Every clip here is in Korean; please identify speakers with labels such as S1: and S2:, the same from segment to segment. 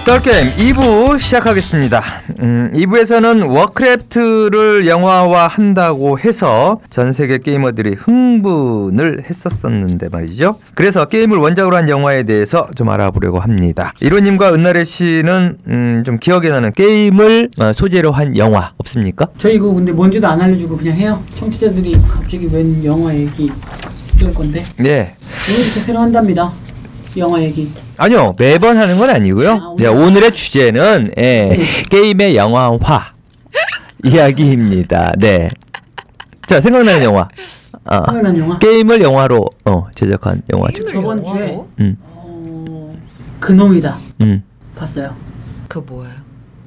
S1: 썰게임 2부 시작하겠습니다. 음, 2부에서는 워크래프트를 영화화 한다고 해서 전 세계 게이머들이 흥분을 했었었는데 말이죠. 그래서 게임을 원작으로 한 영화에 대해서 좀 알아보려고 합니다. 이로님과 은나래 씨는 음, 좀 기억에 나는 게임을 어, 소재로 한 영화 없습니까?
S2: 저 이거 근데 뭔지도 안 알려주고 그냥 해요. 청취자들이 갑자기 웬 영화 얘기 이럴 건데
S1: 네.
S2: 오늘 이렇게 새로 한답니다. 영화 얘기.
S1: 아니요 매번 하는 건 아니고요.
S2: 아, 오늘.
S1: 네, 오늘의 주제는 예, 게임의 영화화 이야기입니다. 네. 자 생각나는 영화. 아,
S2: 생각난 영화.
S1: 게임을 영화로 어, 제작한 영화죠.
S3: 게임을
S2: 저번
S3: 영화로?
S2: 주에.
S1: 음,
S2: 어... 그놈이다.
S1: 음.
S2: 봤어요.
S3: 그 뭐예요?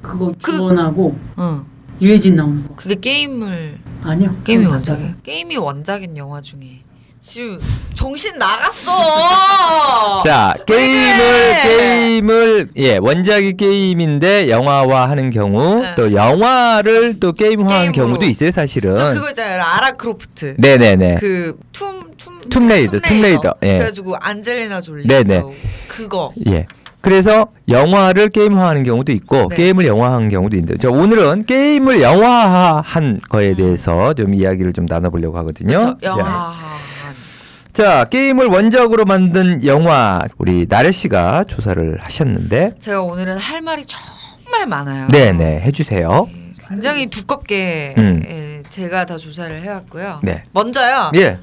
S2: 그거
S3: 그-
S2: 주원하고
S3: 응.
S2: 유해진 나오는 거.
S3: 그게 게임을
S2: 아니요.
S3: 게임이
S2: 그건
S3: 원작이 게임이 원작인 영화 중에 지금 정신 나갔어. 네.
S1: 자 게임을
S3: 그래!
S1: 게임을 예 원작이 게임인데 영화화하는 경우
S3: 네.
S1: 또 영화를 또 게임화하는
S3: 게임으로.
S1: 경우도 있어요 사실은.
S3: 저 그거 있잖아요. 라라 크로프트.
S1: 네네네.
S3: 그툼 툼.
S1: 툼레이더, 툼레이더. 예.
S3: 그래가지고 안젤리나 졸리.
S1: 네네.
S3: 나오고. 그거.
S1: 예. 그래서 영화를 게임화하는 경우도 있고
S3: 네.
S1: 게임을 영화화한 경우도 있는데 저 오늘은 게임을 영화화한 거에 대해서 좀 이야기를 좀 나눠보려고 하거든요.
S3: 저
S1: 예.
S3: 음. 영화.
S1: 자 게임을 원작으로 만든 영화 우리 나래 씨가 조사를 하셨는데
S3: 제가 오늘은 할 말이 정말 많아요.
S1: 네네 해주세요.
S3: 굉장히 두껍게
S1: 음.
S3: 예, 제가 다 조사를 해왔고요.
S1: 네.
S3: 먼저요.
S1: 예.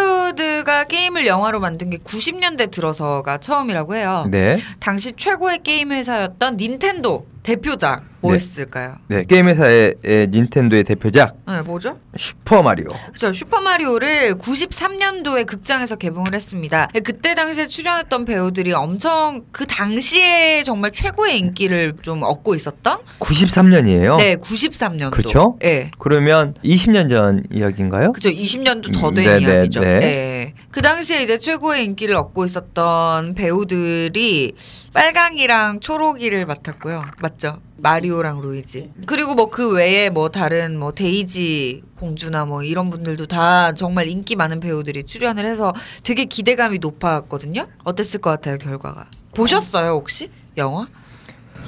S3: 헐리우드가 게임을 영화로 만든 게 90년대 들어서가 처음이라고 해요.
S1: 네.
S3: 당시 최고의 게임 회사였던 닌텐도 대표작 뭐였을까요?
S1: 네 게임 회사의 예, 닌텐도의 대표작
S3: 네. 뭐죠?
S1: 슈퍼 마리오.
S3: 그렇죠. 슈퍼마리오를 93년도에 극장에서 개봉을 했습니다. 네, 그때 당시에 출연했던 배우들이 엄청 그 당시에 정말 최고의 인기를 좀 얻고 있었던
S1: 93년이에요.
S3: 네, 93년도.
S1: 어. 그렇죠?
S3: 예.
S1: 그러면 20년 전 이야기인가요?
S3: 그죠. 20년도 더
S1: 네,
S3: 된
S1: 네,
S3: 이야기죠.
S1: 네.
S3: 네. 그 당시에 이제 최고의 인기를 얻고 있었던 배우들이 빨강이랑 초록이를 맡았고요. 맞죠? 마리오랑 루이지. 그리고 뭐 그 외에 뭐 다른 뭐 데이지 공주나 뭐 이런 분들도 다 정말 인기 많은 배우들이 출연을 해서 되게 기대감이 높았거든요. 어땠을 것 같아요, 결과가? 보셨어요, 혹시? 영화?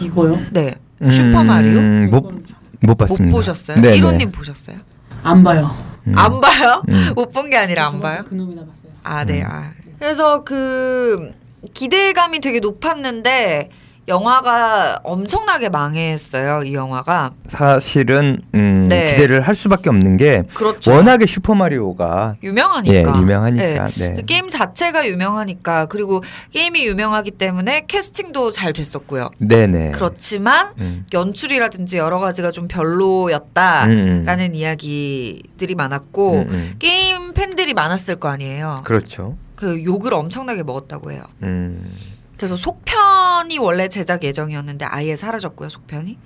S2: 이거요?
S3: 네. 슈퍼마리오?
S1: 음, 못, 못 봤습니다.
S3: 못 보셨어요?
S1: 네네.
S3: 1호님 보셨어요?
S2: 안 봐요.
S3: 안 봐요?
S1: 음.
S3: 못 본 게 아니라 안 봐요?
S2: 그놈이다 봤어요.
S3: 아, 네. 아. 그래서 그 기대감이 되게 높았는데 영화가 엄청나게 망했어요. 이 영화가.
S1: 사실은 음,
S3: 네.
S1: 기대를 할 수밖에 없는 게
S3: 그렇죠.
S1: 워낙에 슈퍼 마리오가
S3: 유명하니까.
S1: 예, 유명하니까. 네.
S3: 그 게임 자체가 유명하니까 그리고 게임이 유명하기 때문에 캐스팅도 잘 됐었고요.
S1: 네네.
S3: 그렇지만
S1: 음.
S3: 연출이라든지 여러 가지가 좀 아, 별로였다라는
S1: 음, 음.
S3: 이야기들이 많았고
S1: 음, 음.
S3: 게임 팬들이 많았을 거 아니에요.
S1: 그렇죠.
S3: 그 욕을 엄청나게 먹었다고 해요.
S1: 음.
S3: 그래서 속편이 원래 제작 예정이었는데 아예 사라졌고요 속편이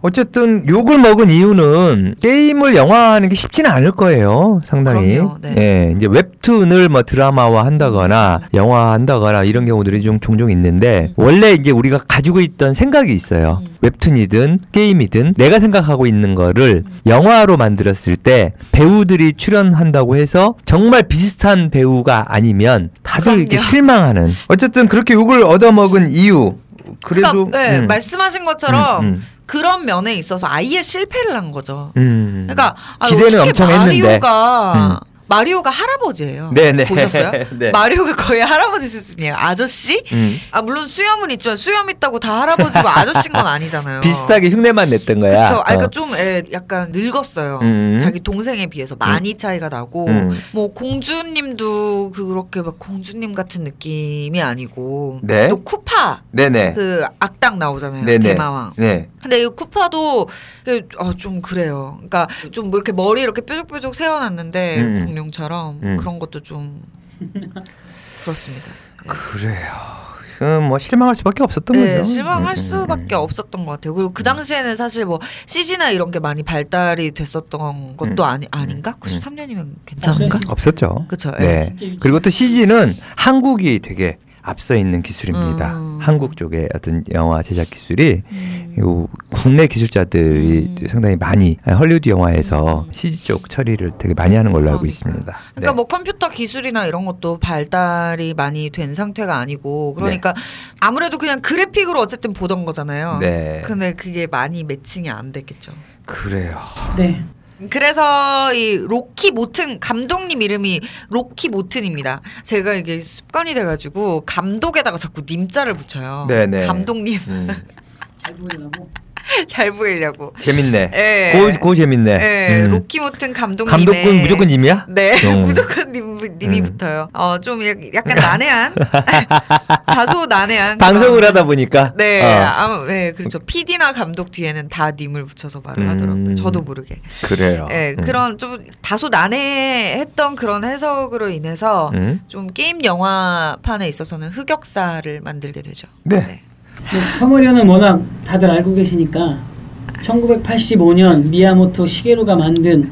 S1: 어쨌든 욕을 먹은 이유는 게임을 영화화하는 게 쉽지는 않을 거예요. 상당히.
S3: 그럼요, 네.
S1: 예, 이제 웹툰을 뭐 드라마화 한다거나 영화 한다거나 이런 경우들이 좀 종종 있는데
S3: 음.
S1: 원래 이제 우리가 가지고 있던 생각이 있어요. 웹툰이든 게임이든 내가 생각하고 있는 거를
S3: 음.
S1: 영화로 만들었을 때 배우들이 출연한다고 해서 정말 비슷한 배우가 아니면 다들 이렇게
S3: 그럼요.
S1: 실망하는. 어쨌든 그렇게 욕을 얻어먹은 이유. 그래도
S3: 그러니까 네,
S1: 음.
S3: 말씀하신 것처럼
S1: 음, 음.
S3: 그런 면에 있어서 아예 실패를 한 거죠
S1: 음.
S3: 그러니까 아,
S1: 기대는
S3: 어떻게
S1: 엄청 했는데. 음.
S3: 마리오가 마리오가 할아버지예요
S1: 네네.
S3: 보셨어요
S1: 네.
S3: 마리오가 거의 할아버지 수준이에요 아저씨
S1: 음.
S3: 아 물론 수염은 있지만 수염 있다고 다 할아버지고 아저씨인 건 아니잖아요
S1: 비슷하게 흉내만 냈던
S3: 그쵸
S1: 거야.
S3: 아, 그러니까
S1: 어.
S3: 좀 예, 약간 늙었어요
S1: 음.
S3: 자기 동생에 비해서 많이 차이가 나고
S1: 음.
S3: 뭐 공주님도 그렇게 막 공주님 같은 느낌이 아니고
S1: 네.
S3: 또 쿠파
S1: 네네.
S3: 그 악당 나오잖아요
S1: 네네.
S3: 대마왕
S1: 네.
S3: 근데 이 쿠파도 그, 어, 좀 그래요 그러니까 좀 뭐 이렇게 머리 이렇게 뾰족뾰족 세워놨는데
S1: 음.
S3: 공룡처럼
S1: 음.
S3: 그런 것도 좀 그렇습니다
S1: 그래요. 음, 뭐 실망할 수밖에 없었던
S3: 네,
S1: 거죠.
S3: 실망할
S1: 음, 음,
S3: 수밖에 없었던 것 같아요 그리고 그 당시에는 사실 뭐 CG나 이런 게 많이 발달이 됐었던 것도 아니, 아닌가? 93년이면 괜찮은가?
S1: 음. 없었죠.
S3: 그쵸 예.
S1: 네. 그리고 또 CG는 한국이 되게 앞서 있는 기술입니다.
S3: 음.
S1: 한국 쪽의 어떤 영화 제작 기술이 요 국내 기술자들이
S3: 음.
S1: 상당히 많이 헐리우드 영화에서 CG 쪽 처리를 되게 많이 하는 걸로 알고 있습니다.
S3: 그러니까
S1: 네.
S3: 뭐 컴퓨터 기술이나 이런 것도 발달이 많이 된 상태가 아니고 그러니까 아무래도 그냥 그래픽으로 어쨌든 보던 거잖아요.
S1: 네.
S3: 근데 뭐, 그게 많이 매칭이 안 됐겠죠.
S1: 그래요.
S2: 네.
S3: 그래서 이 로키 모튼 감독님 이름이 로키 모튼입니다. 제가 이게 습관이 돼가지고 감독에다가 자꾸 님자를 붙여요.
S1: 네네.
S3: 감독님
S1: 음,
S2: 잘 보이려고.
S3: 잘 보이려고.
S1: 재밌네.
S3: 예.
S1: 고, 고 재밌네.
S3: 예,
S1: 음.
S3: 로키 모튼 감독님.
S1: 감독은 무조건 님이야?
S3: 네,
S1: 음.
S3: 무조건 님, 님이
S1: 음.
S3: 붙어요. 어, 좀 약- 약간 난해한, 다소 난해한.
S1: 방송을
S3: 그런-
S1: 하다 보니까.
S3: 네,
S1: 어,
S3: 아무, 네, 그렇죠. PD나 감독 뒤에는 다 님을 붙여서 말을
S1: 음.
S3: 하더라고요. 저도 모르게.
S1: 그래요.
S3: 네,
S1: 음.
S3: 그런 좀 다소 난해했던 그런 해석으로 인해서
S1: 음.
S3: 좀 게임 영화판에 있어서는 흑역사를 만들게 되죠.
S1: 네.
S2: 근데 슈퍼마리오는 워낙 다들 알고 계시니까 1985년 미야모토 시게루가 만든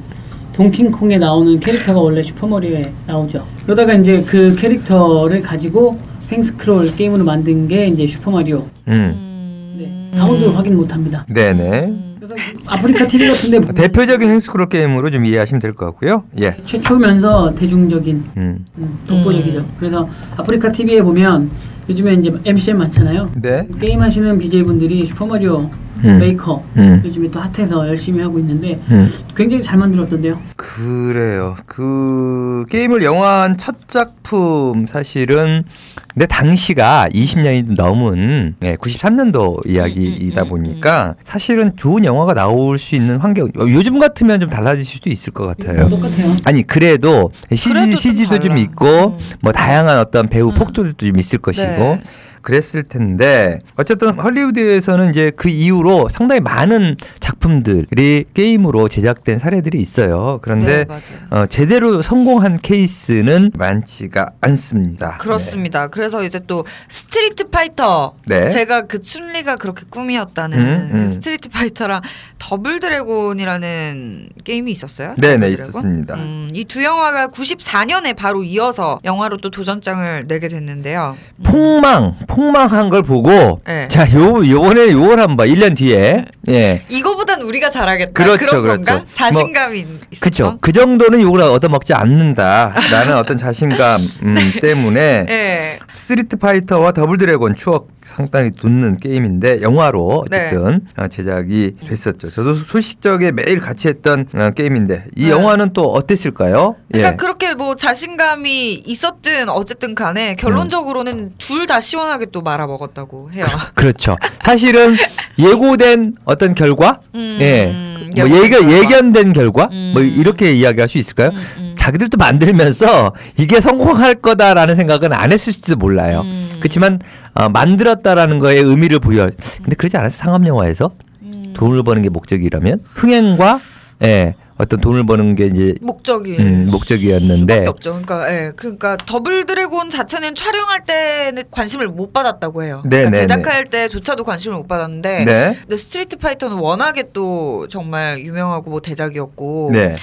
S2: 동킹콩에 나오는 캐릭터가 원래 슈퍼마리오에 나오죠. 그러다가 이제 그 캐릭터를 가지고 횡스크롤 게임으로 만든 게 이제 슈퍼마리오.
S1: 음.
S2: 네. 아무도 확인 못 합니다.
S1: 네네.
S3: 음.
S2: 그래서 아프리카 TV 같은데 보면
S1: 대표적인 행스크롤 게임으로 좀 이해하시면 될 것 같고요. 예.
S2: 최초면서 대중적인
S1: 음.
S2: 음, 독보적이죠. 그래서 아프리카 TV에 보면 요즘에 이제 MCM 많잖아요.
S1: 네.
S2: 게임 하시는 BJ분들이 슈퍼마리오
S1: 음.
S2: 메이커
S1: 음.
S2: 요즘에 또 핫해서 열심히 하고 있는데
S1: 음.
S2: 굉장히 잘 만들었던데요.
S1: 그래요. 그 게임을 영화한 첫 작품 사실은 내 당시가 20년이 넘은 예, 93년도
S3: 음,
S1: 이야기이다 보니까 사실은 좋은 영화가 나올 수 있는 환경 어, 요즘 같으면 좀 달라질 수도 있을 것
S3: 네.
S1: 같아요.
S2: 똑같아요.
S1: 아니 그래도
S3: 그래도
S1: CG,
S3: 좀
S1: CG도 좀
S3: 달라.
S1: 있고
S3: 음.
S1: 뭐 다양한 어떤 배우
S3: 음.
S1: 폭도들도 좀 있을 것이고
S3: 네.
S1: 그랬을 텐데 어쨌든 헐리우드에서는 이제 그 이후로 상당히 많은 작품들이 게임으로 제작된 사례들이 있어요. 그런데
S3: 네, 맞아요.
S1: 어, 제대로 성공한 케이스는 많지가 않습니다.
S3: 그렇습니다. 그래서 이제 또 스트리트 파이터
S1: 네.
S3: 제가 그 춘리가 그렇게 꿈이었다는
S1: 음,
S3: 그
S1: 음.
S3: 스트리트 파이터랑 더블 드래곤이라는 게임이 있었어요.
S1: 네, 네
S3: 더블 드래곤?
S1: 있었습니다.
S3: 음, 이 두 영화가 94년에 바로 이어서 영화로 또 도전장을 내게 됐는데요.
S1: 폭망, 폭망한 걸 보고
S3: 음. 네.
S1: 자, 요 요번에 요걸 한번 1년 뒤에 예.
S3: 이거보단 우리가 잘하겠다.
S1: 그렇죠,
S3: 런 건가?
S1: 그렇죠.
S3: 자신감이 있었죠.
S1: 그쵸. 그 정도는 욕을 얻어먹지 않는다라는 어떤 자신감 음,
S3: 네.
S1: 때문에
S3: 예.
S1: 스트리트 파이터와 더블 드래곤 추억 상당히 돋는 게임인데 영화로
S3: 네.
S1: 어쨌든 어, 제작이 됐었죠. 저도 소식적에 매일 같이 했던 어, 게임인데 이
S3: 네.
S1: 영화는 또 어땠을까요? 예.
S3: 그러니까 그렇게 뭐 자신감이 있었든 어쨌든 간에 결론적으로는
S1: 음.
S3: 둘 다 시원하게 또 말아 먹었다고 해요.
S1: 그렇죠. 사실은 예고된 어떤 결과,
S3: 음,
S1: 예, 뭐
S3: 예고된
S1: 예견
S3: 결과.
S1: 예견된 결과,
S3: 음.
S1: 뭐 이렇게 이야기할 수 있을까요?
S3: 음, 음.
S1: 자기들도 만들면서 이게 성공할 거다라는 생각은 안 했을지도 몰라요.
S3: 음.
S1: 그렇지만 어, 만들었다라는 거에 의미를 부여. 근데 그러지 않아서 상업 영화에서
S3: 음.
S1: 돈을 버는 게 목적이라면 흥행과 예, 어떤 돈을 버는 게 이제
S3: 목적이
S1: 음, 목적이었는데.
S3: 수밖에 없죠. 그러니까 예, 그러니까 더블 드래곤 자체는 촬영할 때는 관심을 못 받았다고 해요.
S1: 네,
S3: 그러니까
S1: 네,
S3: 제작할 때조차도 관심을 못 받았는데.
S1: 네.
S3: 근데 스트리트 파이터는 워낙에 또 정말 유명하고 뭐 대작이었고
S1: 네.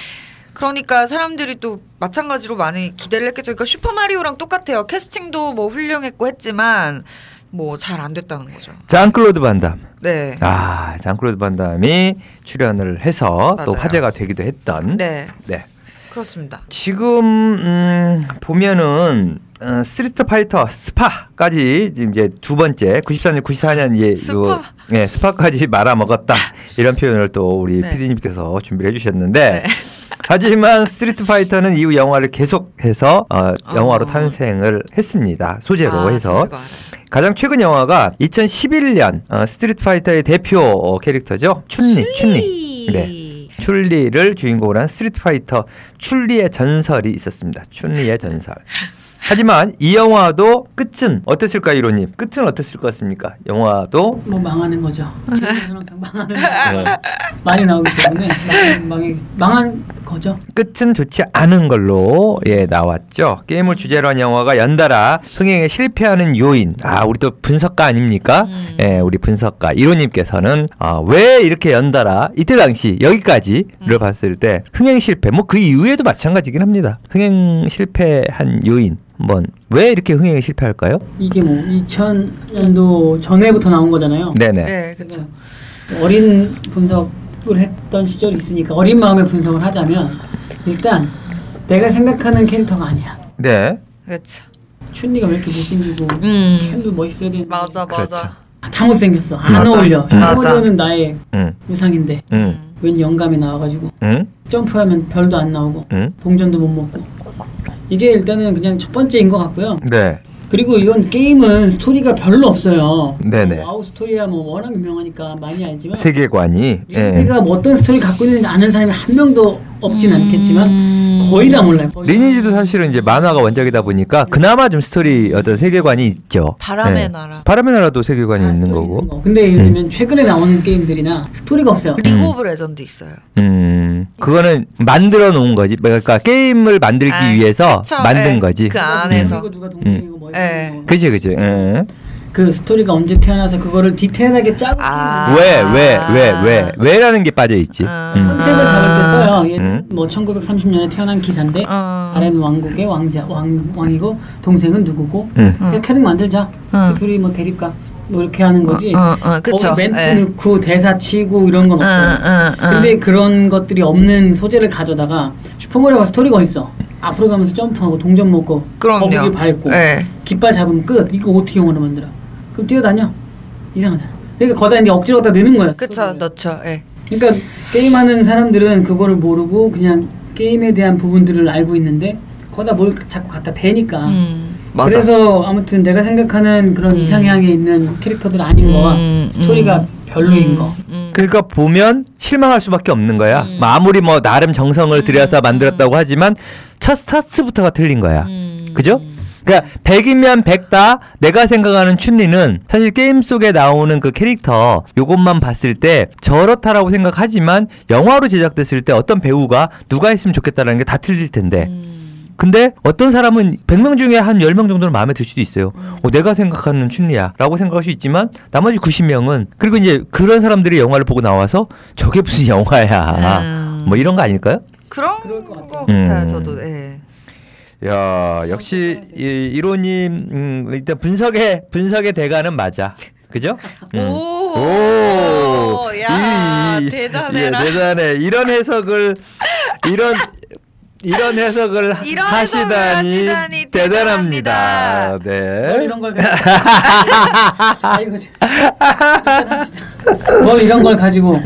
S3: 그러니까 사람들이 또 마찬가지로 많이 기대를 했겠죠. 그러니까 슈퍼 마리오랑 똑같아요. 캐스팅도 뭐 훌륭했고 했지만 뭐 잘 안 됐다는 거죠.
S1: 장클로드 반담.
S3: 네.
S1: 아, 장클로드 반담이 출연을 해서 또
S3: 맞아요.
S1: 화제가 되기도 했던.
S3: 네.
S1: 네.
S3: 그렇습니다.
S1: 지금 음, 보면은 어, 스트리트 파이터 스파까지 지금 이제 두 번째 94년 94년 예,
S3: 스파.
S1: 요, 예 스파까지 말아 먹었다 이런 표현을 또 우리
S3: 네.
S1: PD님께서 준비를 해주셨는데 하지만 스트리트 파이터는 이후 영화를 계속해서 어, 영화로
S3: 어.
S1: 탄생을 했습니다 소재로
S3: 아, 저
S1: 해서
S3: 이거 알아요.
S1: 가장 최근 영화가 2011년 어, 스트리트 파이터의 대표 어, 캐릭터죠 춘리 춘리 네. 출리를 주인공으로 한 스트리트 파이터 출리의 전설이 있었습니다. 출리의 전설. 하지만 이 영화도 끝은 어땠을까 이로님? 끝은 어땠을 것 같습니까? 영화도
S2: 뭐 망하는 거죠. 제가 항상 망하는 거 많이 나오기 때문에 망, 망, 망한 거죠.
S1: 끝은 좋지 않은 걸로 예 나왔죠. 게임을 주제로 한 영화가 연달아 흥행에 실패하는 요인. 아 우리 또 분석가 아닙니까? 예, 우리 분석가 이로님께서는 아, 왜 이렇게 연달아 이때 당시 여기까지를 봤을 때 흥행 실패. 뭐 그 이후에도 마찬가지긴 합니다. 흥행 실패한 요인. 한번 왜 이렇게 흥행이 실패할까요?
S2: 이게 뭐 2000년도 전에부터 나온 거잖아요. 뭐
S1: 네네.
S3: 네, 그렇죠.
S2: 음. 어린 분석을 했던 시절이 있으니까 어린 마음의 분석을 하자면 일단 내가 생각하는 캐릭터가 아니야.
S1: 네.
S3: 그렇죠.
S2: 춘리가 왜 이렇게 못생기고
S3: 음.
S2: 캔도 멋있어야 되는데
S3: 맞아,
S1: 그렇죠.
S3: 맞아.
S2: 아, 다 못생겼어. 안
S3: 맞아.
S2: 어울려.
S3: 음.
S2: 샤머리온은 나의
S1: 응.
S2: 우상인데
S1: 응.
S2: 웬 영감이 나와가지고
S1: 응.
S2: 점프하면 별도 안 나오고
S1: 응.
S2: 동전도 못 먹고 이게 일단은 그냥 첫 번째인 것 같고요.
S1: 네.
S2: 그리고 이건 게임은 스토리가 별로 없어요.
S1: 네네.
S2: 와우 스토리야 뭐 워낙 유명하니까 많이 알지만
S1: 세계관이 예.
S2: 리니지가 뭐 어떤 스토리 갖고 있는지 아는 사람이 한 명도
S3: 음.
S2: 없진 않겠지만 거의 다 몰라요. 거의 다.
S1: 리니지도 사실은 이제 만화가 원작이다 보니까 그나마 좀 스토리 어떤 세계관이 있죠.
S3: 네. 바람의
S1: 예.
S3: 나라. 아,
S1: 바람의 나라도 세계관이
S2: 다
S1: 네, 있는
S2: 스토리
S1: 거고. 음.
S2: 거. 근데 예를 들면 최근에 나오는 게임들이나 스토리가 없어요.
S3: 리그 오브 음. 레전드 있어요.
S1: 음. 그거는 만들어 놓은 거지. 그러니까 게임을 만들기
S3: 아,
S1: 위해서
S3: 그쵸.
S1: 만든
S3: 예,
S1: 거지.
S3: 그 안에서.
S2: 누가 동생이고 뭐
S3: 예.
S2: 이런 거.
S1: 그지 그지. 응.
S2: 그 스토리가 언제 태어나서 그거를 디테일하게 짜고
S3: 아.
S1: 왜, 왜, 왜, 왜, 왜라는 게 빠져 있지.
S3: 아.
S1: 음.
S2: 컨셉을 잡을 때 써요. 얘는
S1: 음.
S2: 뭐 1930년에 태어난 기사인데
S3: 어.
S2: 아래는 왕국의 왕자 왕 왕이고 동생은 누구고
S1: 음.
S2: 그냥 캐릭 만들자.
S3: 어.
S2: 그 둘이 뭐 대립각 뭐 이렇게 하는 거지.
S3: 어, 어, 어, 그쵸.
S2: 거기 멘트
S3: 예.
S2: 넣고 대사 치고 이런
S3: 음,
S2: 건 없어. 요
S3: 응, 응, 응.
S2: 근데 그런 것들이 없는 소재를 가져다가 슈퍼마리오가 스토리가 있어. 앞으로 가면서 점프하고 동전 먹고
S3: 그럼요.
S2: 거북이 밟고
S3: 예.
S2: 깃발 잡으면 끝. 이거 어떻게 영화로 만들어? 그럼 뛰어다녀. 이상하잖아. 그러니까 거다 이제 억지로 갖다 넣는 거야.
S3: 그쵸,
S2: 스토리를.
S3: 넣죠. 예.
S2: 그러니까 게임하는 사람들은 그거를 모르고 그냥 게임에 대한 부분들을 알고 있는데 거다 뭘 자꾸 갖다 대니까.
S3: 음, 맞아.
S2: 그래서 아무튼 내가 생각하는 그런 이상향에 있는 캐릭터들 아닌 거와
S3: 음,
S2: 스토리가
S3: 음.
S2: 별로인 거.
S3: 음.
S1: 그러니까 보면 실망할 수밖에 없는 거야. 뭐 아무리 뭐 나름
S3: 음.
S1: 정성을 들여서 만들었다고 하지만 첫 스타트부터가 틀린 거야.
S3: 음.
S1: 그죠? 그러니까 100이면 100다 내가 생각하는 춘리는 사실 게임 속에 나오는 그 캐릭터 요것만 봤을 때 저렇다라고 생각하지만 영화로 제작됐을 때 어떤 배우가 누가 했으면 좋겠다라는 게 다 틀릴 텐데 근데 어떤 사람은 100명 중에 한 10명 정도는 마음에 들 수도 있어요. 어, 내가 생각하는 춘리야. 라고 생각할 수 있지만 나머지 90명은 그리고 이제 그런 사람들이 영화를 보고 나와서 저게 무슨 영화야.
S3: 음.
S1: 뭐 이런 거 아닐까요?
S3: 그런
S2: 그럴 것
S3: 것
S2: 같아요.
S3: 같아요.
S1: 음.
S3: 저도. 예.
S1: 야, 역시 이 이로님 음, 일단 분석의 분석의 대가는 맞아. 그죠? 음.
S3: 오. 야,
S1: 이- 이-
S3: 대단해라.
S1: 예, 대단해. 이런 해석을 이런 이런 해석을
S3: 이런
S1: 하시다니,
S3: 해석을 하시다니
S1: 대단합니다.
S3: 대단합니다.
S2: 뭘
S1: 네.
S2: 뭐 이런 걸 가지고. 아이고. 참. 뭘 이런 걸 가지고.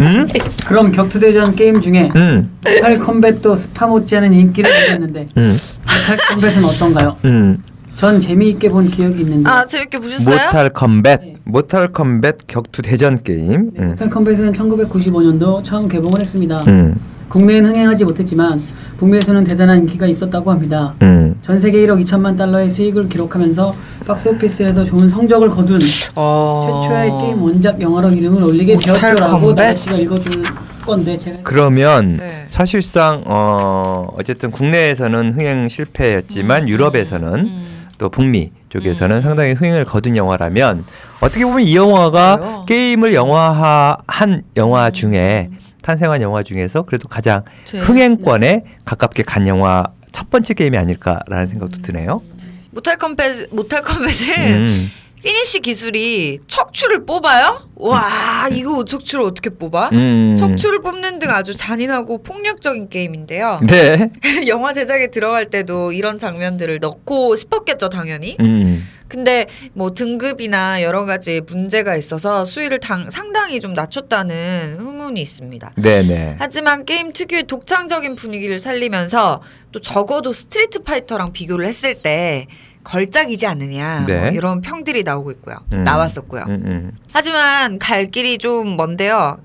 S2: 그럼 격투대전 게임 중에
S1: 음.
S2: 메탈 컴뱃도 스파 못지않은 인기를 누렸는데
S1: 음.
S2: 메탈 컴뱃은 어떤가요?
S1: 음.
S2: 전 재미있게 본 기억이 있는데
S3: 아, 재밌게 보셨어요?
S1: 모탈 컴뱃. 모탈 컴뱃 격투 대전 게임.
S2: 네,
S1: 음.
S2: 메탈 컴뱃은 1995년도 처음 개봉을 했습니다.
S1: 음.
S2: 국내엔 흥행하지 못했지만 북미에서는 대단한 인기가 있었다고 합니다.
S1: 음.
S2: 전 세계 1억 2천만 달러의 수익을 기록하면서 박스오피스에서 좋은 성적을 거둔
S3: 어.
S2: 최초의 게임 원작 영화로 이름을 올리게
S3: 모탈
S2: 되었더라고
S3: 컴뱃?
S2: 나씨가 읽어줄 건데 제가
S1: 그러면
S3: 네.
S1: 사실상 어 어쨌든 국내에서는 흥행 실패였지만 유럽에서는
S3: 음.
S1: 또 북미 쪽에서는 상당히 흥행을 거둔 영화라면 어떻게 보면 이 영화가
S3: 그래요? 음.
S1: 게임을 영화화한 영화 중에 탄생한 영화 중에서 그래도 가장
S3: 제일- 네.
S1: 흥행권에 가깝게 간 영화 첫 번째 게임이 아닐까라는
S3: 음.
S1: 생각도 드네요.
S3: 모탈 컴뱃 모탈 컴뱃은
S1: 음.
S3: 피니시 기술이 척추를 뽑아요? 와, 이거 척추를 어떻게 뽑아?
S1: 음.
S3: 척추를 뽑는 등 아주 잔인하고 폭력적인 게임인데요.
S1: 네.
S3: 영화 제작에 들어갈 때도 이런 장면들을 넣고 싶었겠죠, 당연히.
S1: 음.
S3: 근데 뭐 등급이나 여러 가지 문제가 있어서 수위를 당, 상당히 좀 낮췄다는 후문이 있습니다.
S1: 네네.
S3: 하지만 게임 특유의 독창적인 분위기를 살리면서 또 적어도 스트리트 파이터랑 비교를 했을 때 걸작이지 않느냐
S1: 네.
S3: 뭐 이런 평들이 나오고 있고요.
S1: 음.
S3: 나왔었고요.
S1: 음, 음.
S3: 하지만 갈 길이 좀 먼데요.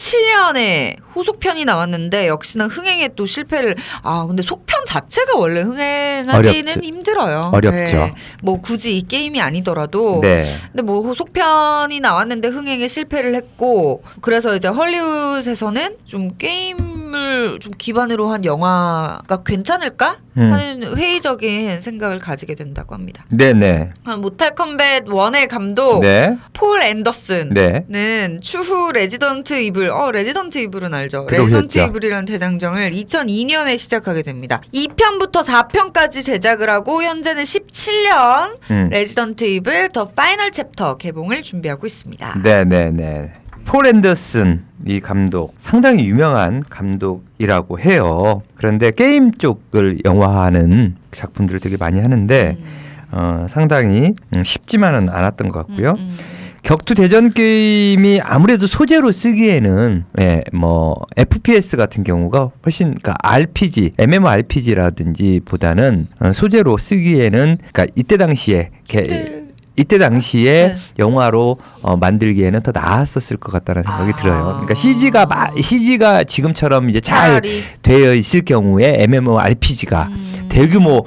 S3: 97년에 후속편이 나왔는데 역시나 흥행에 또 실패를 아 근데 속편 자체가 원래 흥행하기는
S1: 어렵지.
S3: 힘들어요.
S1: 어렵죠.
S3: 뭐 굳이 이 게임이 아니더라도
S1: 네.
S3: 근데 뭐 후속편이 나왔는데 흥행에 실패를 했고 그래서 이제 헐리우드에서는 좀 게임 인물 좀 기반으로 한 영화가 괜찮을까
S1: 음.
S3: 하는 회의적인 생각을 가지게 된다고 합니다.
S1: 네네.
S3: 아, 모탈 컴뱃 원의 감독
S1: 네.
S3: 폴 앤더슨.
S1: 네.
S3: 는 추후 레지던트 이블, 어 레지던트 이블은 알죠.
S1: 들어보셨죠?
S3: 레지던트 이블이라는 대장정을 2002년에 시작하게 됩니다. 2편부터 4편까지 제작을 하고 현재는 17년
S1: 음.
S3: 레지던트 이블 더 파이널 챕터 개봉을 준비하고 있습니다.
S1: 네네네. 폴 앤더슨 이 감독 상당히 유명한 감독이라고 해요. 그런데 게임 쪽을 영화하는 작품들을 되게 많이 하는데 어, 상당히 음, 쉽지만은 않았던 것 같고요.
S3: 음.
S1: 격투 대전 게임이 아무래도 소재로 쓰기에는 예, 뭐 FPS 같은 경우가 훨씬 그러니까 RPG, MMORPG라든지 보다는 어, 소재로 쓰기에는 그러니까 이때 당시에 개- 이때 당시에
S3: 네.
S1: 영화로 어, 만들기에는 더 나았었을 것 같다는 생각이
S3: 아.
S1: 들어요. 그러니까 CG가 마, CG가 지금처럼 이제 잘
S3: 차라리. 음.
S1: 되어 있을 경우에 MMORPG가 대규모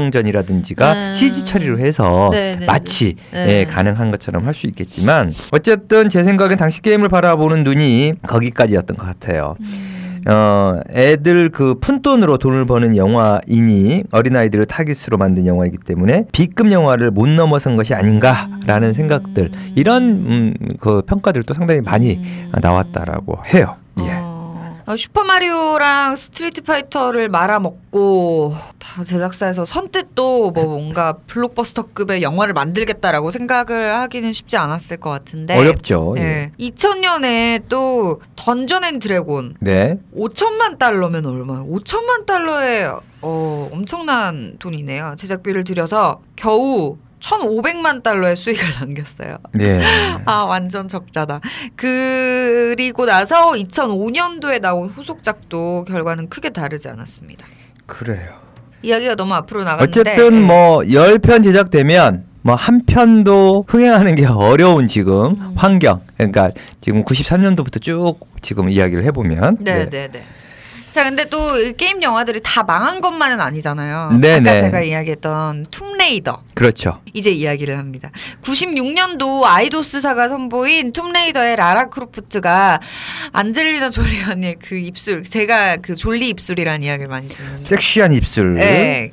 S1: 공성전이라든지가
S3: 네.
S1: 그러니까 CG 처리로 해서
S3: 네, 네,
S1: 마치
S3: 네.
S1: 예, 가능한 것처럼 할 수 있겠지만 어쨌든 제 생각엔 당시 게임을 바라보는 눈이 거기까지였던 것 같아요.
S3: 음.
S1: 어, 애들 그 푼돈으로 돈을 버는 영화이니 어린아이들을 타깃으로 만든 영화이기 때문에 B급 영화를 못 넘어선 것이
S3: 음.
S1: 아닌가라는 생각들 이런 음, 그 평가들도 상당히 많이 나왔다라고 해요. 예.
S3: 음. 어, 어, 슈퍼마리오랑 스트리트 파이터를 말아먹고 다 제작사에서 선뜻 또 뭐 뭔가 블록버스터급의 영화를 만들겠다라고 생각을 하기는 쉽지 않았을 것 같은데
S1: 어렵죠. 예.
S3: 네. 2000년에 또 던전 앤 드래곤
S1: 네.
S3: 5천만 달러면 얼마? 5천만 달러에 어, 엄청난 돈이네요. 제작비를 들여서 겨우 1,500만 달러의 수익을 남겼어요.
S1: 네.
S3: 아 완전 적자다. 그리고 나서 2005년도에 나온 후속작도 결과는 크게 다르지 않았습니다.
S1: 그래요.
S3: 이야기가 너무 앞으로 나갔는데 예.
S1: 어쨌든 뭐 열 편 제작되면 뭐 한 편도 흥행하는 게 어려운 지금
S3: 음.
S1: 환경. 그러니까 지금 93년도부터 쭉 지금 이야기를 해 보면
S3: 네네네. 자 근데 또 이 게임 영화들이 다 망한 것만은 아니잖아요.
S1: 네,
S3: 아까
S1: 네.
S3: 제가 이야기했던 툼레이더
S1: 그렇죠.
S3: 이제 이야기를 합니다. 96년도 아이도스사가 선보인 툼레이더의 라라 크로프트가 안젤리나 졸리 언니의 그 입술 제가 그 졸리 입술이라는 이야기를 많이 듣는데
S1: 섹시한 입술.
S3: 네.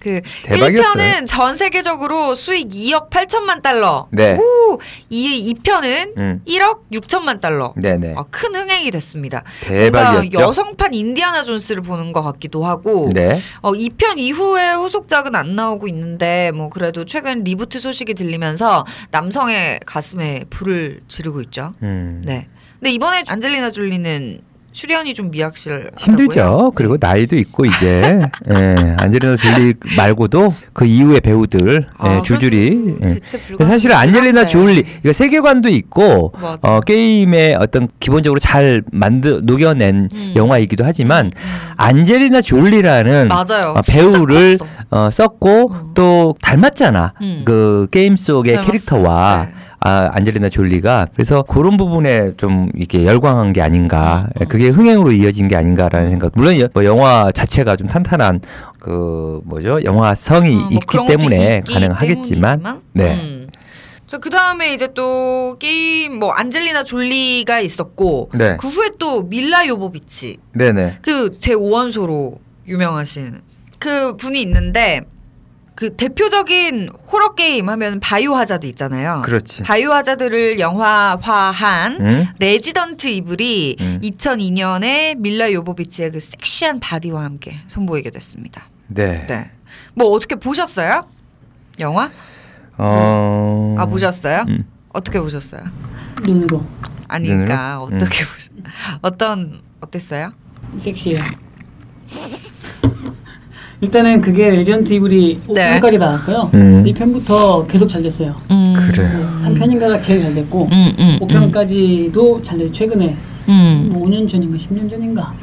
S3: 그
S1: 음. 대박이었어요.
S3: 1편은 전 세계적으로 수익 2억 8천만 달러.
S1: 네.
S3: 오, 이 2편은
S1: 음.
S3: 1억 6천만 달러.
S1: 네, 네.
S3: 아, 큰 흥행이 됐습니다.
S1: 대박이었죠.
S3: 뭔가 여성판 인디아나 존스를 보는 것 같기도 하고
S1: 네.
S3: 어, 2편 이후에 후속작은 안 나오고 있는데 뭐 그래도 최근 리부트 소식이 들리면서 남성의 가슴에 불을 지르고 있죠.
S1: 음.
S3: 네. 근데 이번에 안젤리나 졸리는 출연이 좀 미약실하다고요. 네.
S1: 힘들죠. 그리고 나이도 있고 이제 예, 안젤리나 졸리 말고도 그 이후의 배우들 예,
S3: 아,
S1: 줄줄이
S3: 그래도
S1: 예.
S3: 대체
S1: 근데
S3: 불가
S1: 사실 안젤리나
S3: 한데.
S1: 졸리 이거 세계관도 있고
S3: 네. 맞아요.
S1: 어, 게임의 어떤 기본적으로 잘 만들 녹여낸
S3: 음.
S1: 영화이기도 하지만 안젤리나 졸리라는
S3: 맞아요.
S1: 어,
S3: 진짜
S1: 배우를
S3: 컸어.
S1: 어, 썼고 또 닮았잖아
S3: 음.
S1: 그 게임 속의
S3: 닮았어.
S1: 캐릭터와
S3: 네.
S1: 아, 안젤리나 졸리가 그래서 그런 부분에 좀 이렇게 열광한 게 아닌가
S3: 음.
S1: 예, 그게 흥행으로 이어진 게 아닌가라는 생각 물론 여- 뭐 영화 자체가 좀 탄탄한 그 뭐죠 영화성이
S3: 어, 뭐
S1: 있기
S3: 그런 것도
S1: 때문에
S3: 있기
S1: 가능하겠지만
S3: 때문이지만?
S1: 네.
S3: 음. 자, 그 다음에 이제 또 게임 뭐 안젤리나 졸리가 있었고
S1: 네.
S3: 그 후에 또 밀라 요보비치
S1: 네네
S3: 그 제 5원소로 유명하신 그 분이 있는데 그 대표적인 호러 게임 하면 바이오 하자드 있잖아요.
S1: 그렇지
S3: 바이오 하자드를 영화화한
S1: 응?
S3: 레지던트 이블이
S1: 음.
S3: 2002년에 밀라 요보비치의 그 섹시한 바디와 함께 선보이게 됐습니다.
S1: 네.
S3: 네. 뭐 어떻게 보셨어요? 영화?
S1: 어...
S3: 아 보셨어요?
S1: 음.
S3: 어떻게 보셨어요?
S1: 그
S2: 눈으로
S3: 아니 그러니까
S1: 눈으로?
S3: 어떻게 보셨? 어떤 어땠어요?
S2: 섹시해요. 일단은 그게 레전드 이블이
S3: 네.
S2: 5편까지 나왔고요.
S1: 음.
S2: 1편부터 계속 잘 됐어요.
S3: 음.
S1: 그래.
S2: 3편인가가 제일 잘 됐고
S3: 음, 음,
S2: 5편까지도 잘 됐어요. 최근에
S3: 음.
S2: 뭐 5년 전인가 10년 전인가.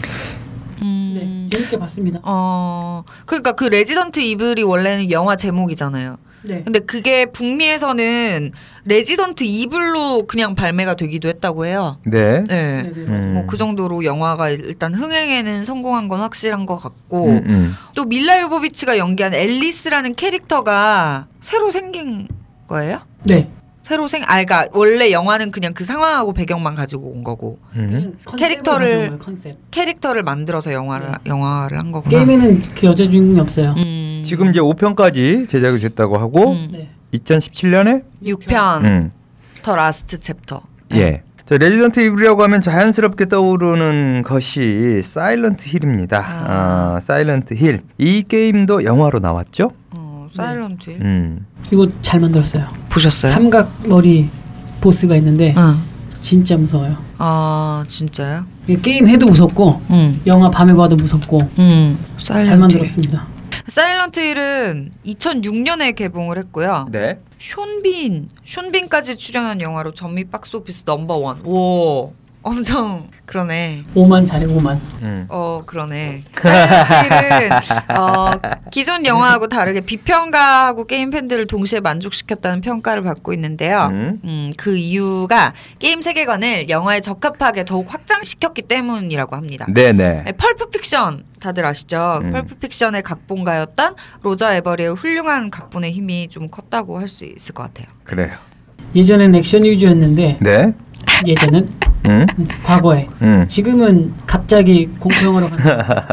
S3: 음.
S2: 네, 재밌게 봤습니다.
S3: 어. 그러니까 그 레지던트 이블이 원래는 영화 제목이잖아요.
S2: 네.
S3: 근데 그게 북미에서는 레지던트 이블로 그냥 발매가 되기도 했다고 해요.
S1: 네.
S3: 네.
S2: 네, 네.
S1: 음.
S3: 뭐 그 정도로 영화가 일단 흥행에는 성공한 건 확실한 것 같고
S1: 음, 음.
S3: 또 밀라 요보비치가 연기한 앨리스라는 캐릭터가 새로 생긴 거예요?
S2: 네.
S3: 새로 생, 아, 그러니까 원래 영화는 그냥 그 상황하고 배경만 가지고 온 거고
S1: 음.
S2: 컨셉을
S3: 캐릭터를-
S2: 가져온 거예요, 컨셉.
S3: 음. 캐릭터를 만들어서 영화를
S1: 음.
S3: 영화를 한 거구나.
S2: 게임에는 그 여자 주인공이 없어요.
S3: 음,
S1: 지금 뭐? 이제 5편까지 제작이 됐다고 하고
S3: 음.
S2: 네.
S1: 2017년에
S3: 육편
S1: 음.
S3: 더 라스트 챕터.
S1: 예. 자, 레지던트 이브리라고 하면 자연스럽게 떠오르는 것이 사일런트 힐입니다.
S3: 아.
S1: 아, 사일런트 힐. 이 게임도 영화로 나왔죠?
S3: 어, 사일런트 힐.
S1: 음.
S2: 이거 잘 만들었어요.
S3: 보셨어요? 네.
S2: 삼각 머리 보스가 있는데
S3: 응.
S2: 진짜 무서워요.
S3: 아 진짜요?
S2: 이게 게임 해도 무섭고
S3: 응.
S2: 영화 밤에 봐도 무섭고
S3: 네, 응. 사일런트
S2: 잘 만들었습니다.
S3: 힐. 사일런트 힐은 2006년에 개봉을 했고요.
S1: 네.
S3: 쇼빈, 쇼빈까지 출연한 영화로 전미 박스오피스 넘버 원. 오, 엄청 그러네.
S2: 오만 잘해 오만.
S1: 음.
S3: 어 그러네. 사일런트힐은 어, 기존 영화하고 다르게 비평가하고 게임 팬들을 동시에 만족시켰다는 평가를 받고 있는데요.
S1: 음.
S3: 음, 그 이유가 게임 세계관을 영화에 적합하게 더욱 확장시켰기 때문이라고 합니다.
S1: 네, 네.
S3: 네, 펄프 픽션 다들 아시죠?
S1: 음.
S3: 펄프 픽션의 각본가였던 로저 에버리의 훌륭한 각본의 힘이 좀 컸다고 할 수 있을 것 같아요.
S1: 그래요.
S2: 예전엔 액션 위주였는데
S1: 네.
S2: 예전은
S1: 음.
S2: 과거에
S1: 음.
S2: 지금은 갑자기 공포영화로 가.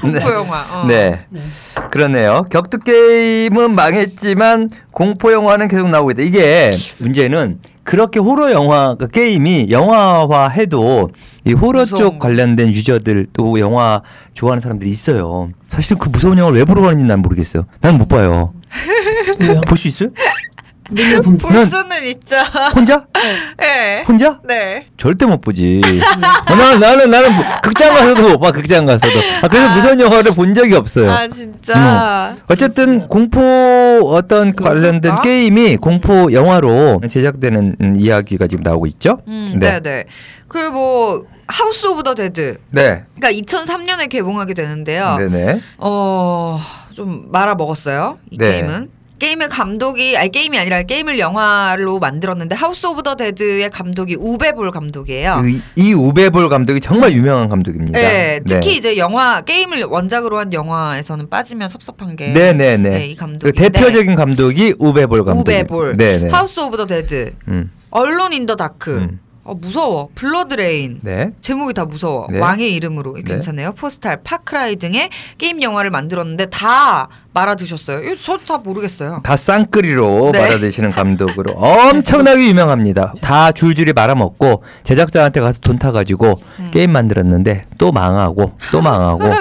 S3: 공포 영화. 어.
S1: 네.
S2: 네.
S1: 그러네요. 격투 게임은 망했지만 공포 영화는 계속 나오고 있다. 이게 문제는 그렇게 호러 영화 그 게임이 영화화해도 이 호러
S3: 무서운
S1: 쪽
S3: 거.
S1: 관련된 유저들 또 영화 좋아하는 사람들이 있어요. 사실 그 무서운 영화를 왜 보러 가는지 난 모르겠어요. 난 못 봐요.
S2: 왜요?
S1: 볼 수 있어요?
S2: 눈물 분.
S3: 볼 수는 있죠.
S1: 혼자?
S3: 네.
S1: 혼자?
S3: 네.
S1: 절대 못 보지. 어, 나는 나는 나는 극장 가서도 못 봐. 극장 가서도. 아, 그래서 무서운 영화를 본 적이 없어요.
S3: 아 진짜.
S1: 음. 어쨌든 공포 어떤 그 관련된
S3: 그럴까?
S1: 게임이 공포 영화로 제작되는 음, 이야기가 지금 나오고 있죠.
S3: 음, 네, 네. 그뭐 하우스 오브 더 데드.
S1: 네,
S3: 그러니까 2003년에 개봉하게 되는데요.
S1: 네, 네.
S3: 어, 좀 말아 먹었어요. 이
S1: 네.
S3: 게임은. 게임의 감독이 아니 게임이 아니라 게임을 영화로 만들었는데 하우스 오브 더 데드의 감독이 우베볼 감독이에요.
S1: 이, 그 이 우베볼 감독이 정말 유명한 감독입니다.
S3: 어. 음. 네, 특히 이제 영화 게임을 원작으로 한 영화에서는 빠지면 섭섭한 게
S1: 네, 네, 네.
S3: 이
S1: 그
S3: 감독인데
S1: 대표적인 감독이 우베볼 감독.
S3: 우베볼,
S1: 네, 네.
S3: 하우스 오브 더 데드,
S1: 음,
S3: 얼론 인 더 다크,
S1: 음.
S3: 어, 무서워, 블러드 레인,
S1: 네.
S3: 제목이 다 무서워.
S1: 네.
S3: 왕의 이름으로 괜찮아요. 포스탈, 파크라이 등의 게임 영화를 만들었는데 다 말아 드셨어요. 이거 저도 다 모르겠어요.
S1: 다 쌍끌이로
S3: 네.
S1: 말아드시는 감독으로 엄청나게 유명합니다. 다 줄줄이 말아먹고 제작자한테 가서 돈 타가지고
S3: 음.
S1: 게임 만들었는데 또 망하고 또 망하고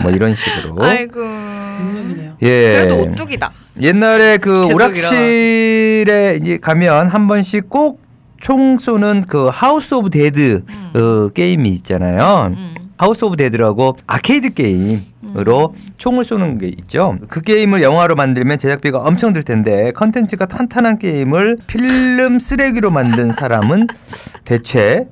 S1: 뭐 이런 식으로.
S3: 아이고.
S2: 능력이네요.
S1: 예.
S3: 그래도 오뚜기다.
S1: 옛날에 그
S3: 계속
S1: 오락실에 이제 가면 한 번씩 꼭 총 쏘는 그 하우스 오브 데드 어, 게임이 있잖아요.
S3: 음.
S1: 하우스 오브 데드라고 아케이드 게임으로 총을 쏘는 게 있죠. 그 게임을 영화로 만들면 제작비가 엄청 들 텐데 컨텐츠가 탄탄한 게임을 필름 쓰레기로 만든 사람은 대체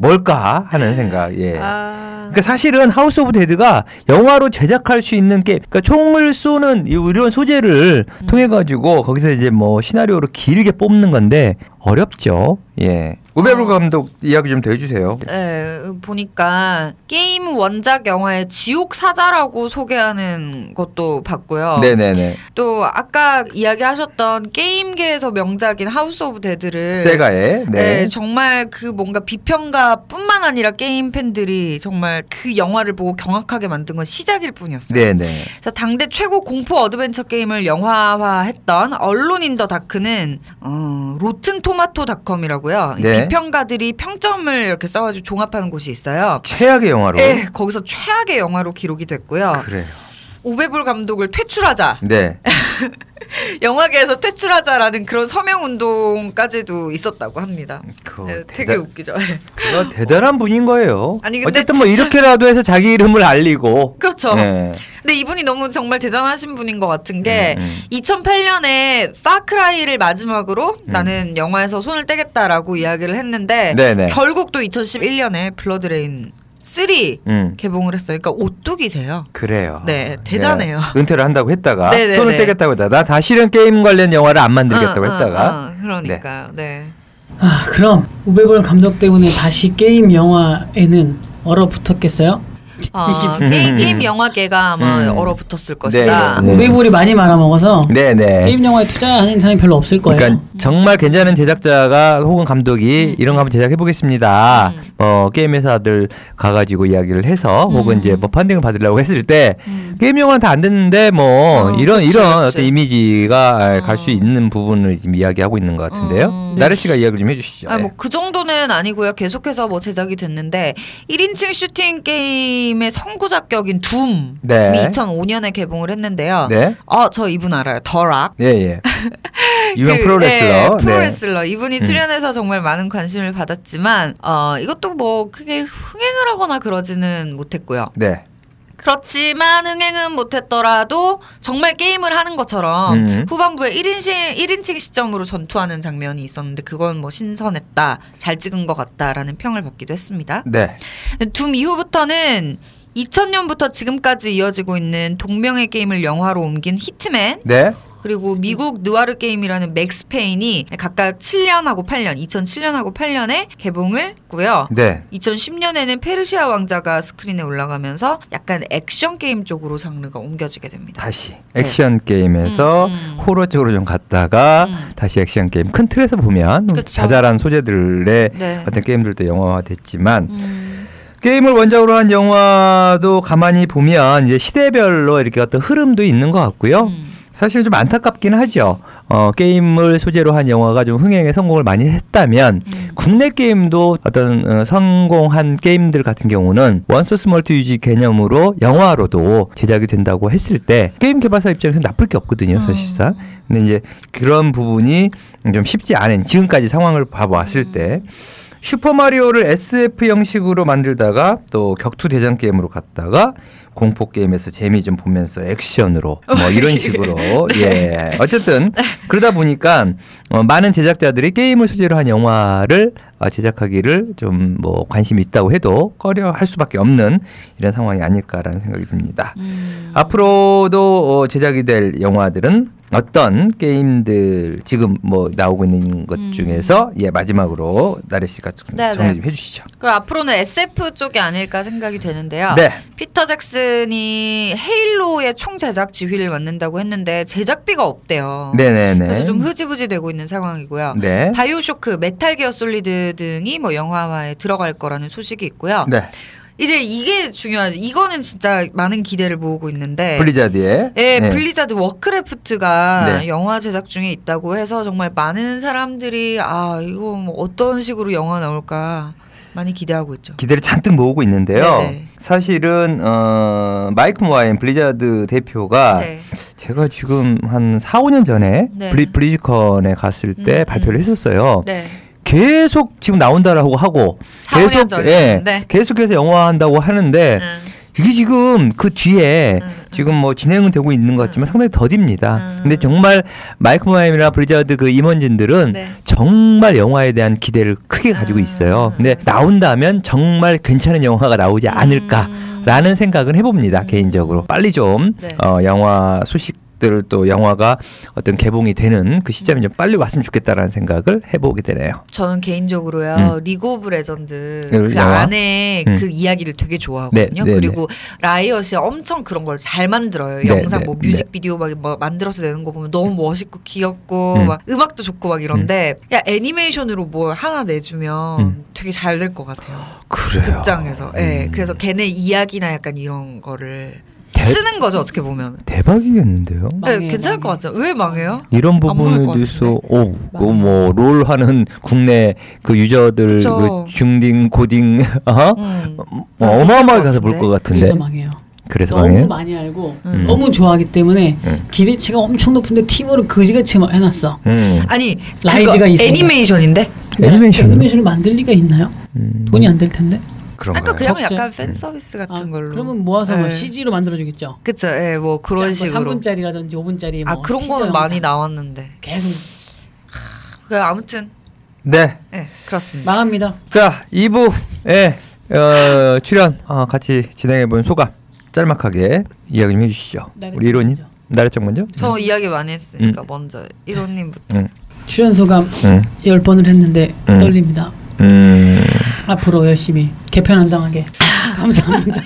S1: 뭘까 하는 생각. 예.
S3: 아.
S1: 그러니까 사실은 하우스 오브 데드가 영화로 제작할 수 있는 게 그러니까 총을 쏘는 이- 이런 소재를
S3: 음.
S1: 통해 가지고 거기서 이제 뭐 시나리오로 길게 뽑는 건데 어렵죠. 예. 우베블 감독 이야기 좀 더 해주세요.
S3: 네, 보니까 게임 원작 영화의 지옥 사자라고 소개하는 것도 봤고요.
S1: 네네네.
S3: 또 아까 이야기하셨던 게임계에서 명작인 하우스 오브 데드를
S1: 세가의
S3: 네.
S1: 네.
S3: 정말 그 뭔가 비평가뿐만 아니라 게임 팬들이 정말 그 영화를 보고 경악하게 만든 건 시작일 뿐이었어요.
S1: 네네.
S3: 그래서 당대 최고 공포 어드벤처 게임을 영화화했던 언론인 더 다크는 어, 로튼 토마토닷컴이라고요. 이
S1: 네.
S3: 비평가들이 평점을 이렇게 써가지고 종합하는 곳이 있어요.
S1: 최악의 영화로.
S3: 예, 거기서 최악의 영화로 기록이 됐고요.
S1: 그래요.
S3: 우베볼 감독을 퇴출하자,
S1: 네.
S3: 영화계에서 퇴출하자라는 그런 서명 운동까지도 있었다고 합니다.
S1: 그거
S3: 예,
S1: 뭐, 대단,
S3: 되게 웃기죠.
S1: 그거 대단한 분인 거예요.
S3: 아니, 근데
S1: 어쨌든 뭐
S3: 진짜-
S1: 이렇게라도 해서 자기 이름을 알리고.
S3: 그렇죠.
S1: 예.
S3: 근데 이분이 너무 정말 대단하신 분인 것 같은 게
S1: 음, 음.
S3: 2008년에 파크라이를 마지막으로 나는 영화에서 손을 떼겠다라고 이야기를 했는데
S1: 네네.
S3: 결국 또 2011년에 블러드레인 3
S1: 음.
S3: 개봉을 했어요. 그러니까 오뚜기세요.
S1: 그래요.
S3: 네, 대단해요.
S1: 예. 은퇴를 한다고 했다가
S3: 네네네.
S1: 손을 떼겠다고 했다가 나 다시는 게임 관련 영화를 안 만들겠다고
S3: 응, 응,
S1: 했다가
S3: 응, 어, 그러니까 네.
S2: 아 그럼 우베볼 감독 때문에 다시 게임 영화에는 얼어붙었겠어요?
S3: 어,
S2: 이게 무슨
S3: 게임, 게임 영화계가 아마
S1: 음.
S3: 얼어붙었을 것이다.
S1: 네.
S2: 우리볼이 많이 말아먹어서
S1: 네네.
S2: 게임 영화에 투자하는 사람이 별로 없을 음, 거예요.
S1: 그러니까 정말 괜찮은 제작자가 혹은
S3: 음,
S1: 감독이 이런 거 한번 제작해 보겠습니다. 어 게임 회사들 가가지고 이야기를 해서 혹은 이제
S3: 음.
S1: 뭐 펀딩을 받으려고 했을 때 게임 영화는 다 안 됐는데 뭐
S3: 어,
S1: 이런
S3: 그치,
S1: 이런
S3: 그치.
S1: 어떤 이미지가 갈 수 있는 부분을 지금 이야기하고 있는 것 같은데요.
S3: 어.
S1: 나래 씨가 이야기 좀 해주시죠. 네.
S3: 아니 뭐그 정도는 아니고요. 계속해서 뭐 제작이 됐는데 1인칭 슈팅 게임의 선구작격인 둠이
S1: 네.
S3: 2005년에 개봉을 했는데요.
S1: 네.
S3: 어, 저 이분 알아요. 더락.
S1: 예 예. 유명
S3: 그,
S1: 프로레슬러. 음.
S3: 네, 프로레슬러. 이분이 출연해서 정말 많은 관심을 받았지만 어, 이것도 뭐 크게 흥행을 하거나 그러지는 못했고요.
S1: 네.
S3: 그렇지만 흥행은 못했더라도 정말 게임을 하는 것처럼
S1: 음.
S3: 후반부에 1인시, 1인칭 시점으로 전투하는 장면이 있었는데 그건 뭐 신선했다, 잘 찍은 것 같다라는 평을 받기도 했습니다.
S1: 네.
S3: 둠 이후부터는 2000년부터 지금까지 이어지고 있는 동명의 게임을 영화로 옮긴 히트맨
S1: 네.
S3: 그리고 미국 느와르 게임이라는 맥스페인이 각각 7년하고 8년, 2007년하고 8년에 개봉을 했고요.
S1: 네.
S3: 2010년에는 페르시아 왕자가 스크린에 올라가면서 약간 액션 게임 쪽으로 장르가 옮겨지게 됩니다.
S1: 다시 액션 게임에서
S3: 네. 음, 음.
S1: 호러 쪽으로 좀 갔다가
S3: 음.
S1: 다시 액션 게임 큰 틀에서 보면
S3: 그쵸.
S1: 자잘한 소재들의
S3: 네.
S1: 어떤 게임들도 영화화됐지만
S3: 음,
S1: 게임을 원작으로 한 영화도 가만히 보면 이제 시대별로 이렇게 어떤 흐름도 있는 것 같고요.
S3: 음.
S1: 사실 좀 안타깝긴 하죠. 어, 게임을 소재로 한 영화가 좀 흥행에 성공을 많이 했다면
S3: 음.
S1: 국내 게임도 어떤 어, 성공한 게임들 같은 경우는 원소스 멀티 유지 개념으로 영화로도 제작이 된다고 했을 때 게임 개발사 입장에서는 나쁠 게 없거든요, 사실상. 근데 이제 그런 부분이 좀 쉽지 않은 지금까지 상황을 봐왔을 때 슈퍼마리오를 SF 형식으로 만들다가 또 격투 대전 게임으로 갔다가 공포 게임에서 재미 좀 보면서 액션으로 뭐 이런 식으로 예 어쨌든 그러다 보니까 어, 많은 제작자들이 게임을 소재로 한 영화를 어, 제작하기를 좀 뭐 관심이 있다고 해도 꺼려 할 수밖에 없는 이런 상황이 아닐까라는 생각이 듭니다. 앞으로도 어, 제작이 될 영화들은 어떤 게임들 지금 뭐 나오고 있는 것 중에서 예 마지막으로 나래 씨가 좀
S3: 음. 네,
S1: 정리
S3: 네.
S1: 좀 해주시죠.
S3: 그럼 앞으로는 SF 쪽이 아닐까 생각이 되는데요.
S1: 네.
S3: 피터 잭슨이 헤일로의 총 제작 지휘를 맡는다고 했는데 제작비가 없대요.
S1: 네네네.
S3: 그래서 좀 흐지부지 되고 있는 상황이고요.
S1: 네.
S3: 바이오쇼크, 메탈 기어 솔리드 등이 뭐 영화화에 들어갈 거라는 소식이 있고요.
S1: 네.
S3: 이제 이게 중요하죠. 이거는 진짜 많은 기대를 모으고 있는데
S1: 블리자드의
S3: 네. 예,
S1: 네.
S3: 블리자드 워크래프트가
S1: 네.
S3: 영화 제작 중에 있다고 해서 정말 많은 사람들이 아 이거 뭐 어떤 식으로 영화 나올까 많이 기대하고 있죠.
S1: 기대를 잔뜩 모으고 있는데요.
S3: 네네.
S1: 사실은 어, 마이크 모아인 블리자드 대표가
S3: 네.
S1: 제가 지금 한 4, 5년 전에
S3: 네.
S1: 블리, 블리즈컨에 갔을 때
S3: 음,
S1: 발표를 했었어요.
S3: 네.
S1: 계속 지금 나온다라고 하고
S3: 4, 5년 전에.
S1: 예,
S3: 네.
S1: 계속해서 영화한다고 하는데
S3: 음.
S1: 이게 지금 그 뒤에
S3: 음,
S1: 지금 뭐 진행은 되고 있는 것 같지만 상당히 더딥니다.
S3: 음.
S1: 근데 정말 마이크 모하임이나 블리자드 그 임원진들은
S3: 네.
S1: 정말 영화에 대한 기대를 크게 가지고
S3: 음.
S1: 있어요. 근데 나온다면 정말 괜찮은 영화가 나오지
S3: 음.
S1: 않을까라는 생각은 해봅니다. 개인적으로 빨리 좀
S3: 네.
S1: 어, 영화 소식들 또 영화가 어떤 개봉이 되는 그
S3: 음.
S1: 시점이 좀 빨리 왔으면 좋겠다라는 생각을 해보게 되네요.
S3: 저는 개인적으로요 리그 오브 레전드
S1: 음. 그
S3: 그
S1: 영화?
S3: 안에
S1: 음.
S3: 그 이야기를 되게
S1: 네,
S3: 좋아하거든요.
S1: 네,
S3: 그리고 라이엇이 엄청 그런 걸 잘 만들어요.
S1: 네,
S3: 영상
S1: 네,
S3: 뭐
S1: 네.
S3: 뮤직비디오 막 뭐 만들어서 내는 거 보면 너무 멋있고 귀엽고
S1: 음.
S3: 막 음악도 좋고 막 이런데 야 애니메이션으로 뭘 하나 내주면
S1: 음.
S3: 되게 잘 될 것 같아요.
S1: 그래요.
S3: 극장에서. 예.
S1: 음.
S3: 그래서 걔네 이야기나 약간 이런 거를
S1: 대-
S3: 쓰는 거죠 어떻게 보면.
S1: 대박이겠는데요.
S3: 예,
S2: 망해요,
S3: 괜찮을 것
S2: 망해.
S3: 같죠. 왜 망해요?
S1: 이런
S3: 안 먹을 것
S1: 부분에 대해서 그 오뭐롤 하는 국내 그 유저들
S3: 그쵸.
S1: 그 중딩 고딩 어?
S3: 음.
S1: 어, 어마어마하게 가서 볼 것 같은데
S2: 그래서 망해요.
S1: 그래서
S2: 너무
S1: 망해요.
S2: 많이 알고
S3: 음.
S2: 너무 좋아하기 때문에
S1: 음.
S2: 기대치가 엄청 높은데 팀으로 그지같이 막 해놨어.
S1: 음.
S3: 아니
S2: 라이즈가
S3: 그거
S2: 있어요.
S3: 애니메이션인데
S1: 애니메이션.
S2: 애니메이션을 만들 리가 있나요?
S1: 음.
S2: 돈이 안 될 텐데.
S3: 아까
S1: 그런가요?
S3: 그냥
S2: 적재.
S3: 약간 팬 서비스 같은
S2: 네. 아,
S3: 걸로.
S2: 그러면 모아서
S3: 예.
S2: 뭐 CG로 만들어주겠죠.
S3: 그쵸, 예, 뭐 그런 식으로.
S2: 3분짜리라든지 5분짜리.
S3: 아
S2: 뭐
S3: 그런
S2: 티저
S3: 거는
S2: 영상.
S3: 많이 나왔는데.
S2: 계속
S3: 그 아무튼,
S1: 네.
S3: 예, 그렇습니다.
S2: 망합니다.
S1: 자, 2부에 예, 어, 출연 어, 같이 진행해 본 소감 짤막하게 이야기 좀 해주시죠.
S2: 나래쪽
S1: 우리 이론님
S2: 먼저.
S1: 나래쪽 먼저.
S2: 음.
S3: 저 이야기 많이 했으니까 먼저 이론님부터.
S1: 음.
S2: 출연 소감
S1: 음.
S2: 10번을 했는데
S1: 음.
S2: 떨립니다.
S1: 음.
S2: 앞으로 열심히 개편 안 당하게 감사합니다.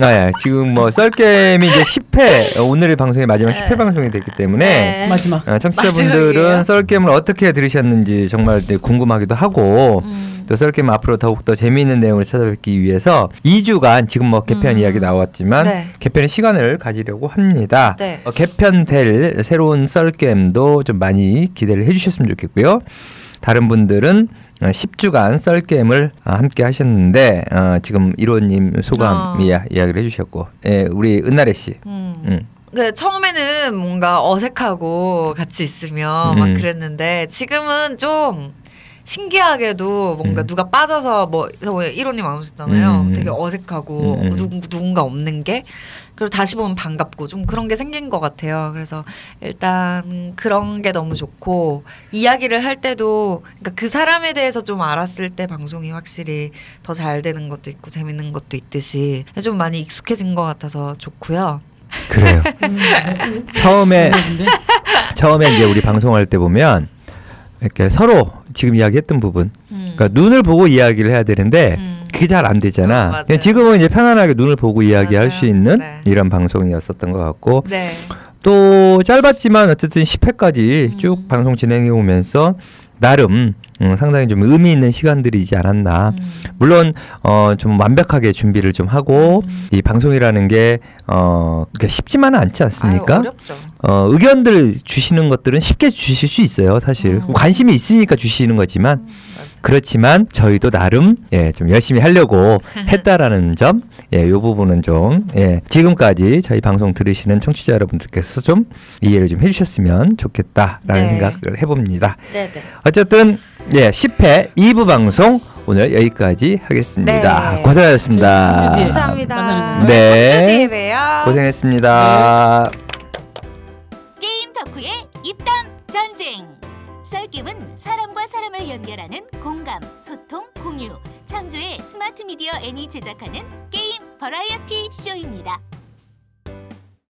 S1: 아, 예. 지금 뭐 썰게임이 이제 10회 오늘의 방송이 마지막 10회 방송이 됐기 때문에
S3: 네.
S2: 마지막
S1: 어, 청취자분들은
S3: 마지막이에요?
S1: 썰게임을 어떻게 들으셨는지 정말 이제 궁금하기도 하고
S3: 음.
S1: 또 썰게임 앞으로 더욱더 재미있는 내용을 찾아뵙기 위해서 2주간 지금 뭐 개편
S3: 음.
S1: 이야기 나왔지만
S3: 네.
S1: 개편의 시간을 가지려고 합니다.
S3: 네.
S1: 어, 개편될 새로운 썰게임도 좀 많이 기대를 해주셨으면 좋겠고요. 다른 분들은 어, 10주간 썰게임을 어, 함께 하셨는데 어, 지금 1호님 소감
S3: 아.
S1: 이야, 이야기를 해주셨고 예, 우리 은나래 씨
S3: 음.
S1: 음.
S3: 그 처음에는 뭔가 어색하고 같이
S1: 음.
S3: 있으면 막 그랬는데 지금은 좀 신기하게도 뭔가
S1: 음.
S3: 누가 빠져서 뭐 이론님 안 오셨잖아요.
S1: 음.
S3: 되게 어색하고
S1: 음.
S3: 누군, 누군가 없는 게 그리고 다시 보면 반갑고 좀 그런 게 생긴 것 같아요. 그래서 일단 그런 게 너무 좋고 이야기를 할 때도 그러니까 그 사람에 대해서 좀 알았을 때 방송이 확실히 더 잘 되는 것도 있고 재밌는 것도 있듯이 좀 많이 익숙해진 것 같아서 좋고요.
S1: 그래요.
S3: 음.
S1: 처음에
S2: 근데
S1: 처음에 이제 우리 방송할 때 보면 이렇게 서로 지금 이야기했던 부분
S3: 음.
S1: 그러니까 눈을 보고 이야기를 해야 되는데
S3: 음.
S1: 그게 잘 안
S3: 어,
S1: 되잖아.
S3: 맞아요.
S1: 그냥 지금은 이제 편안하게 눈을 보고 이야기할
S3: 맞아요.
S1: 수 있는
S3: 네.
S1: 이런 방송이었었던 것 같고
S3: 네.
S1: 또 짧았지만 어쨌든 10회까지
S3: 음.
S1: 쭉 방송 진행해 오면서 나름 음, 상당히 좀 의미 있는 시간들이지 않았나.
S3: 음.
S1: 물론 어 좀 완벽하게 준비를 좀 하고
S3: 음.
S1: 이 방송이라는 게어 그러니까 쉽지만은 않지 않습니까?
S3: 아유, 어렵죠.
S1: 어, 의견들 주시는 것들은 쉽게 주실 수 있어요, 사실.
S3: 음.
S1: 관심이 있으니까 주시는 거지만. 그렇지만 저희도 나름 예, 좀 열심히 하려고 했다라는 점, 예, 요 부분은 좀 예, 지금까지 저희 방송 들으시는 청취자 여러분들께서 좀 이해를 좀 해주셨으면 좋겠다라는
S3: 네.
S1: 생각을 해봅니다.
S3: 네, 네.
S1: 어쨌든 예, 10회 2부 방송 오늘 여기까지 하겠습니다.
S3: 네.
S1: 고생하셨습니다.
S2: 네.
S3: 감사합니다.
S2: 만나는
S1: 네.
S3: 3주 뒤에 봬요.
S1: 고생했습니다.
S3: 네.
S4: 게임 덕후의 입담 전쟁. 썰김은 사람과 사람을 연결하는 공감, 소통, 공유. 창조의 스마트 미디어 N이 제작하는 게임 버라이어티 쇼입니다.